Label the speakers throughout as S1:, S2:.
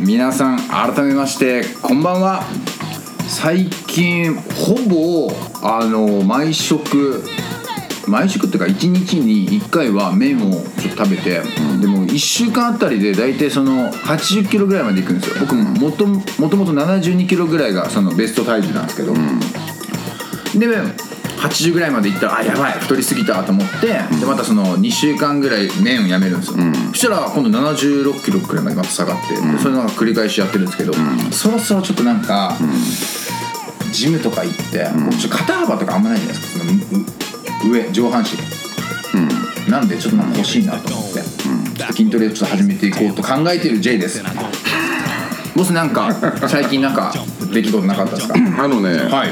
S1: 皆さん改めましてこんばんは最近ほぼあの毎食毎食っていうか1日に1回は麺をちょっと食べて、でも1週間あたりで大体その8 0キロぐらいまでいくんですよ僕ももともともと7 2キロぐらいがそのベスト体重なんですけど、で80ぐらいまでいったらあやばい太りすぎたと思って、でまたその2週間ぐらい麺をやめるんですよ、そしたら今度7 6キロくらいまでまた下がって、それなんか繰り返しやってるんですけど、そろそろちょっとなんか、ジムとか行って、僕ちょっと肩幅とかあんまないじゃないですかそのう上上半身、なんでちょっとなんか欲しいなと思って、ちょっと筋トレをちょっと始めていこうと考えている J ですボスなんか最近 なんか出来事なかったですか
S2: あのね、
S1: はい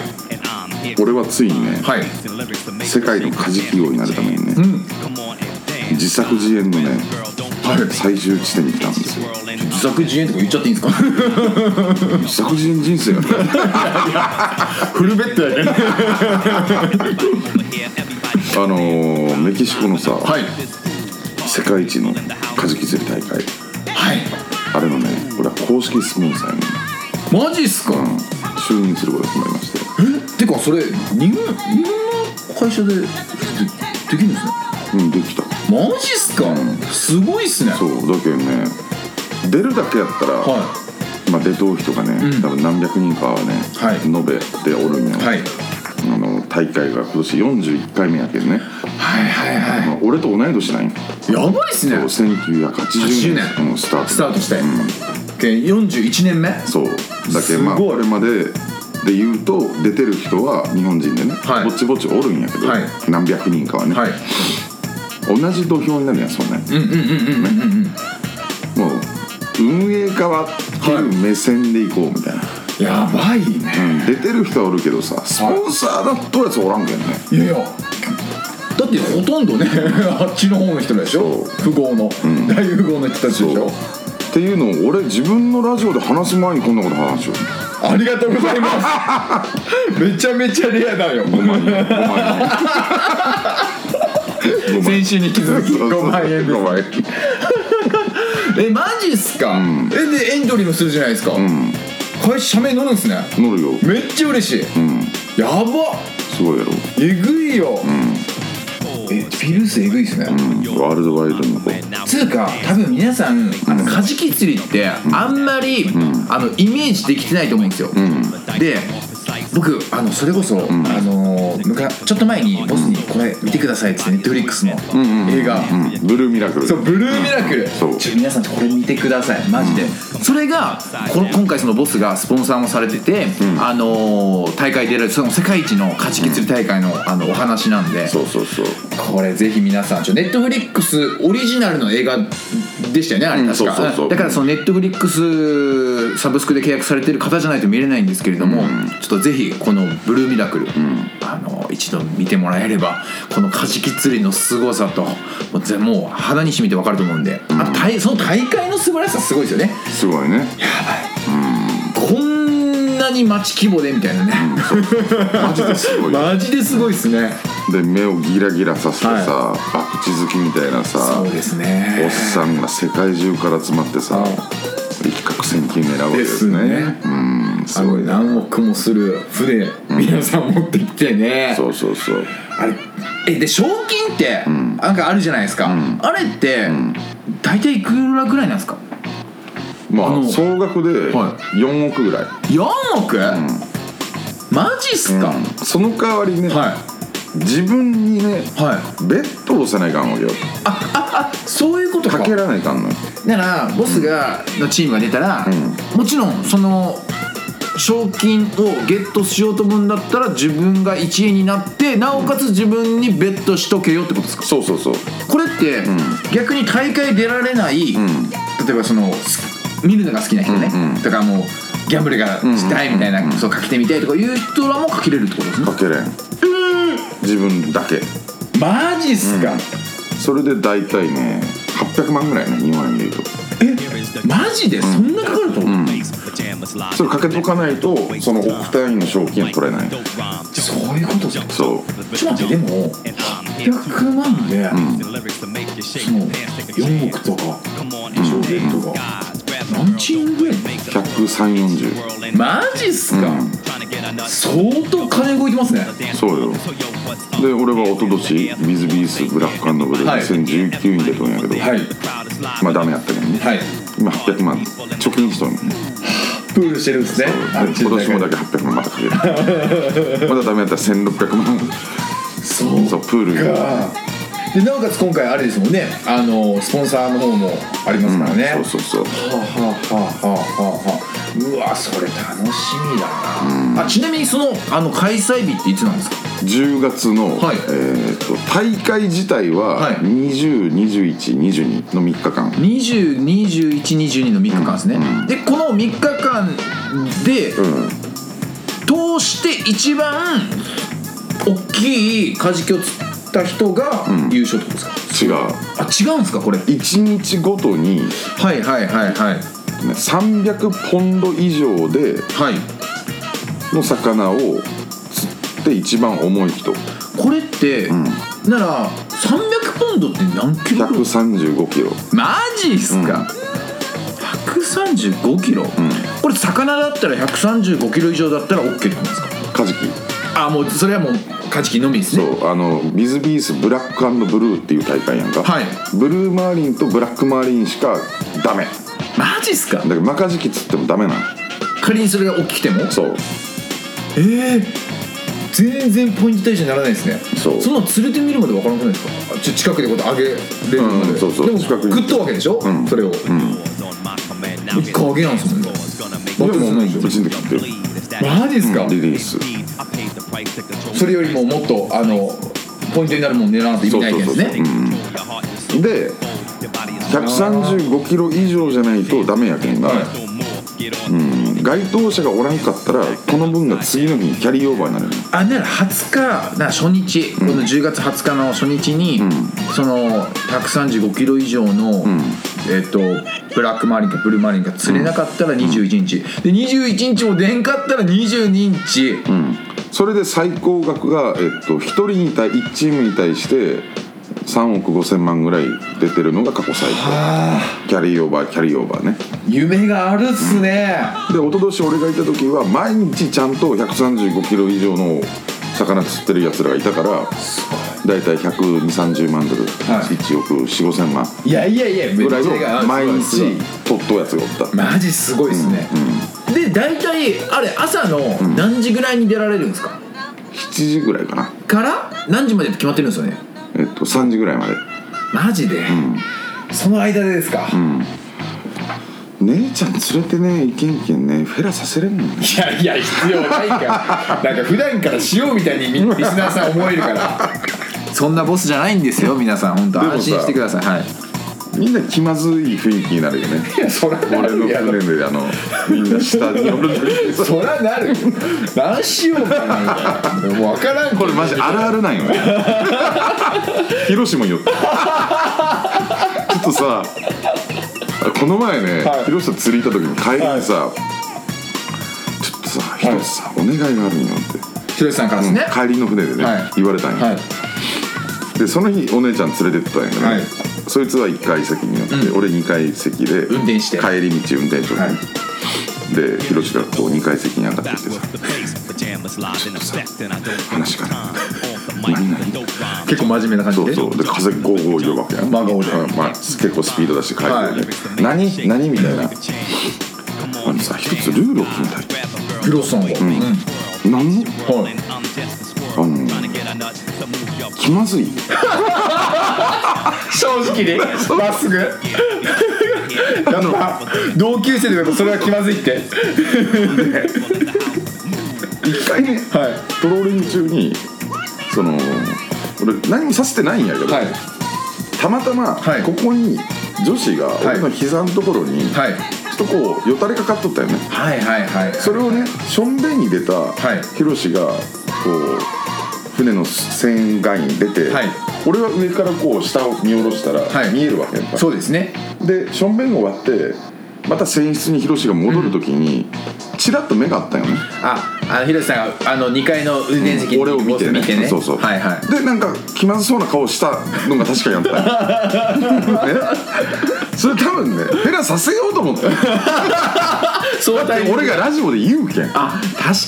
S2: 俺はついにね、
S1: はい
S2: 世界のカジキ王になるためにね、自作自演のね、
S1: はい
S2: 最終地点に来たんですよ
S1: 自作自演とか言っちゃっていいんですか
S2: 自作自演人生がね
S1: フルベッドやね
S2: あのーメキシコのさ、
S1: はい
S2: 世界一のカジキ釣り大会
S1: はい
S2: あれのね俺は公式スポンサーに、
S1: マジっすか、
S2: うん、就任することが決まりまして
S1: えてかそれ日本日本の会社ででできるんですね
S2: うんできた
S1: マジっすか、すごいっすね
S2: そうだけどね出るだけやったら、
S1: は
S2: まあ、出とう人がね、多分何百人かはね、
S1: はい
S2: 延べておるんや、
S1: いはい
S2: あの大会が今年41回目やけどね、
S1: はいはいは
S2: まあ俺と同い年なんや
S1: いやばいっすね
S2: そう1980
S1: 80
S2: 年
S1: 年
S2: のスタート
S1: スタートして
S2: うん
S1: け41年目
S2: そうだけ
S1: すごい
S2: どまあこれまでで言うと出てる人は日本人でね、
S1: はい
S2: ぼちぼちおるんやけど、
S1: はい
S2: 何百人かはね、
S1: はい
S2: 同じ土俵になるやんそうね
S1: うんうんうんうんうんうんうん
S2: もう運営側っていう目線でいこうみたいな、
S1: やばいね
S2: うん出てる人はおるけどさスポンサーだとやつおらんけんね、
S1: いやいやだってほとんどね あっちの方の人らでしょ富豪の、大富豪の人たちでしょ
S2: っていうのを俺自分のラジオで話す前にこんなこと話しよう
S1: ありがとうございます めちゃめちゃレアだよ
S2: 5万円5万円ごめん
S1: 先週に引き続き5万円です
S2: 5万円
S1: えマジっすか、えでエントリーもするじゃないですか、
S2: ん
S1: 会社名乗るんすね
S2: 乗るよ
S1: めっちゃ嬉しい、
S2: うん
S1: やばっ
S2: すごいやろ、
S1: えぐいよ、えピルスえぐいっすね、
S2: うん、ワールドワイドにこう
S1: つうか多分皆さんあのカジキ釣りってあんまり、あのイメージできてないと思うんですよ、で僕あのそれこそ、あのー昔ちょっと前にボスに「これ見てください」っつってネットフリックスの映画、
S2: うんブルーミラクル
S1: そうブルーミラクル、
S2: そう
S1: ちょ皆さんこれ見てくださいマジで、それがこの今回そのボスがスポンサーもされてて、あのー大会出られるその世界一のカジキ釣り大会の,、あのお話なんで
S2: そうそうそう
S1: これぜひ皆さんネットフリックスオリジナルの映画でしたよねあれ
S2: うん
S1: 確か、
S2: そうそうそう
S1: だからそのネットフリックスサブスクで契約されてる方じゃないと見れないんですけれども、ちょっとぜひこの「ブルーミラクル」あの一度見てもらえればこのカジキ釣りの凄さともうぜもう肌にしみて分かると思うんで、あたいその大会の素晴らしさすごいですよね
S2: すごいね
S1: こんなに街規模でみたいなね、
S2: マジですごい
S1: マジですごいですね
S2: で目をギラギラさせてさ、バクチ好きみたいなさ
S1: そうですね
S2: おっさんが世界中から集まってさ一攫千金狙うわけですね
S1: ですね
S2: うんす
S1: あの
S2: ごいな
S1: 何億もする船皆さん持ってきてね、
S2: そうそうそう
S1: あれえで賞金ってなんかあるじゃないですか、あれって大体いくらぐらいなんですか
S2: まあ
S1: あの
S2: 総額で
S1: は
S2: 4億ぐらい、
S1: 4億、マジっすか、
S2: うんその代わりね、
S1: はい
S2: 自分にね
S1: はい
S2: ベッドを押さないかんわけよ
S1: そういうことか
S2: かけらないかんのよ
S1: ならボスがのチームが出たら、
S2: う
S1: もちろんその賞金をゲットしようと思うんだったら自分が1位になってなおかつ自分にベットしとけよってことですか
S2: そうそうそう
S1: これって、逆に大会出られない、例
S2: ん
S1: えばそのす見るのが好きな人ね、
S2: うんうん
S1: とかもうギャンブルがしたいみたいな、そうかけてみたいとかいう人らもかけれるってことですね
S2: かけれん自分だけ
S1: マジっすか、
S2: それで大体ね800万ぐらいね日本円で言うと
S1: マジでそんなかかると思う、
S2: それかけとかないとその億単位の賞金は取れない
S1: そういうことじゃん
S2: そう
S1: ちょっと待ってでも800万で、その4億とか
S3: うん
S1: 上限とか、何チームぐらいいんの
S2: 1340
S1: マジっすか、相当金動いてますね
S2: そうよで俺は一昨年ビズビースブラックブルー
S1: はい
S2: 2019に出たんやけど、
S1: はい
S2: まあダメやったけどね、
S1: はい
S2: 今800万貯金しとんねんで
S1: プールしてるんですねあっち
S2: 今
S1: の中で
S2: 年もだけ800万またかけるまだダメやったら1600万
S1: そう
S2: そうプールが
S1: かでなおかつ今回あれですもんねあのスポンサーの方もありますからね、
S2: そうそうそう
S1: はあはあはあはあはあうわそれ楽しみだなあちなみにそのあの開催日っていつなんですか
S2: 10月の、
S1: はい
S2: えー、と大会自
S1: は
S2: 体
S1: い
S2: は202122の3日間
S1: 202122の3日間ですね、でこの3日間で、
S2: ん
S1: 通して一番大きいカジキを釣った人が優勝ってことですか、
S2: 違う
S1: あ違うんですかこれ
S2: 1日ごとに、ね、
S1: はいはいはいはい
S2: 300ポンド以上で
S1: はい
S2: の魚を釣って一番重い人
S1: これって、なら300ポンドって何キロぐらい
S2: 135キロ
S1: マジっすか、135キロ、これ魚だったら135キロ以上だったら OK ってことですか
S2: カジキ
S1: あもうそれはもうカジキのみですね
S2: そうあのビズビースブラックブルーっていう大会やんか、
S1: はい
S2: ブルーマーリンとブラックマーリンしかダメだ
S1: マジっすか
S2: からマカジキ釣ってもダメなの
S1: 仮にそれが大きくても
S2: そう
S1: ええ全然ポイント対象にならないですね
S2: そうん
S1: なの釣れてみるまでわからなくないですかあちょ近くでこうやって上げれるまで、
S2: うんそうそう
S1: でも
S2: 近くに
S1: 食ったわけでしょ、
S2: ん
S1: それを、一回上げなんですもんね
S2: でも
S1: 僕も
S2: う
S1: ない
S2: ちの時食ってる
S1: マジっすか、
S2: うんリリース
S1: それよりももっとあのポイントになるもん狙わないと意味ないですね
S2: そうそうそううんで135キロ以上じゃないとダメやけんが、
S1: はい
S2: うん、該当者がおらんかったらこの分が次の日にキャリーオーバーになるの
S1: あなら20日な初日、この10月20日の初日に、その135キロ以上の、えっとブラックマーリンかブルーマーリンか釣れなかったら21日、で21日も出んかったら22日、
S2: うん、それで最高額が、えっと、1人に対1チームに対して3億5千万ぐらい出てるのが過去最
S1: あ
S2: 高キャリーオーバーキャリーオーバーね
S1: 夢があるっすね、
S2: で一昨年俺がいた時は毎日ちゃんと135キロ以上の魚釣ってるやつらがいたから大体12030万ドル、
S1: はい
S2: 1億4 5千万
S1: いやいやいやめ
S2: ぐらい
S1: 夢があ
S2: の
S1: る
S2: 毎
S1: すごい
S2: 日
S1: す
S2: 取っとうやつがおった
S1: ごいマジすごいっすね、で大体あれ朝の何時ぐらいに出られるんですか、
S2: 7時ぐらいかな
S1: から何時までって決まってるんですよね
S2: えっと3時ぐらいまで
S1: マジで、その間でですか、
S2: 姉ちゃん連れてねいけんけんねフェラさせれんのね
S1: いやいや必要ないから なんか普段からしようみたいにみリスナーさん思えるからそんなボスじゃないんですよ皆さん本当
S2: でもさ
S1: 安心してくださいはい
S2: みんな気まずい雰囲気になるよね
S1: いやそら
S2: 俺
S1: な
S2: の
S1: るやろ
S2: 船であのみんな下におるのに
S1: そらなるよ何しようかなみたいなもう分からんけど
S2: これマジあるあるなん よね広島によってちょっとさこの前ね、
S1: はい
S2: 広島釣り行った時に帰りにさ、ちょっとさ広島さ、お願いがあるんよって、
S1: ひろしさんからですね、
S2: 帰りの船でね、
S1: はい
S2: 言われたんよ、
S1: はい
S2: でその日お姉ちゃん連れてったんやけどね、
S1: はい
S2: そいつは1階席に乗って、俺2階席で
S1: 運転して
S2: 帰り道運転手、
S1: はい
S2: で広島がこう2階席に上がってきてさ話から何々
S1: 結構真面目な感じ
S2: そう
S1: で
S2: そうで風ゴーゴー言うわけやん、
S1: 真顔で
S2: うんまあ、結構スピード出して帰るよね、何何みたいなあのさ一つルールを決めたい
S1: ひろしさんは、うん
S2: 何の
S1: はい
S2: あの気 まずい
S1: 正直 にまっすぐやっぱ同級生でもそれは気まずいって
S2: 一回ね
S1: はい
S2: トローリング中にその俺何もさせてないんやけど、
S1: はい
S2: たまたま
S1: はい
S2: ここに女子が俺の膝のところにちょ
S1: はい
S2: っとこうよたれかかっとったよね
S1: はいはいはい
S2: それをねしょんべんに出た
S1: い
S2: ヒロシがこう船の船外に出て、
S1: はい
S2: 俺は上からこう下を見下ろしたら
S1: はい
S2: 見えるわけやっぱ
S1: そうですね
S2: でしょんべんを割ってまた船室にヒロシが戻る時にちらっと目があったよね、
S1: ああの広瀬さんがあの2階の運転席に
S2: 俺を見てね
S1: ボス見てね
S2: そうそう、
S1: はいはい
S2: でなんか気まずそうな顔したのが確かにあった よねそれ多分ねフェラさせようと 思って
S1: 相対
S2: 俺がラジオで言うけん
S1: あ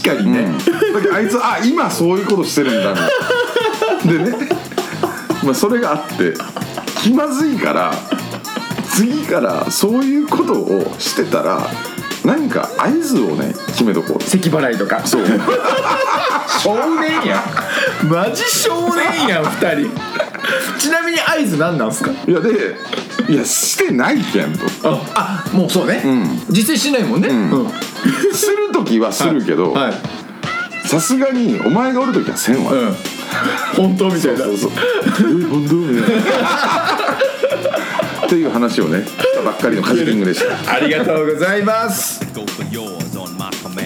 S1: 確かにね、
S2: だけどあいつあ今そういうことしてるんだみたいなでね、まあ、それがあって気まずいから次からそういうことをしてたら何か合図をね決めとこう
S1: 咳払いとか
S2: そう
S1: 少年やんマジ少年やん2人ちなみに合図何なんすか
S2: いやでいやしてないけんと
S1: あもうそうね、実践しないもんね、
S2: ん
S1: うん
S2: する時はするけど
S1: はい、
S2: さすがにお前がおる時はせんわ、
S1: うん、本当みたいな
S2: そうそうそうえ 本当みたいなっていう話をねしたばっかりのカジキングでした
S1: ありがとうございます
S3: go for yours on my command.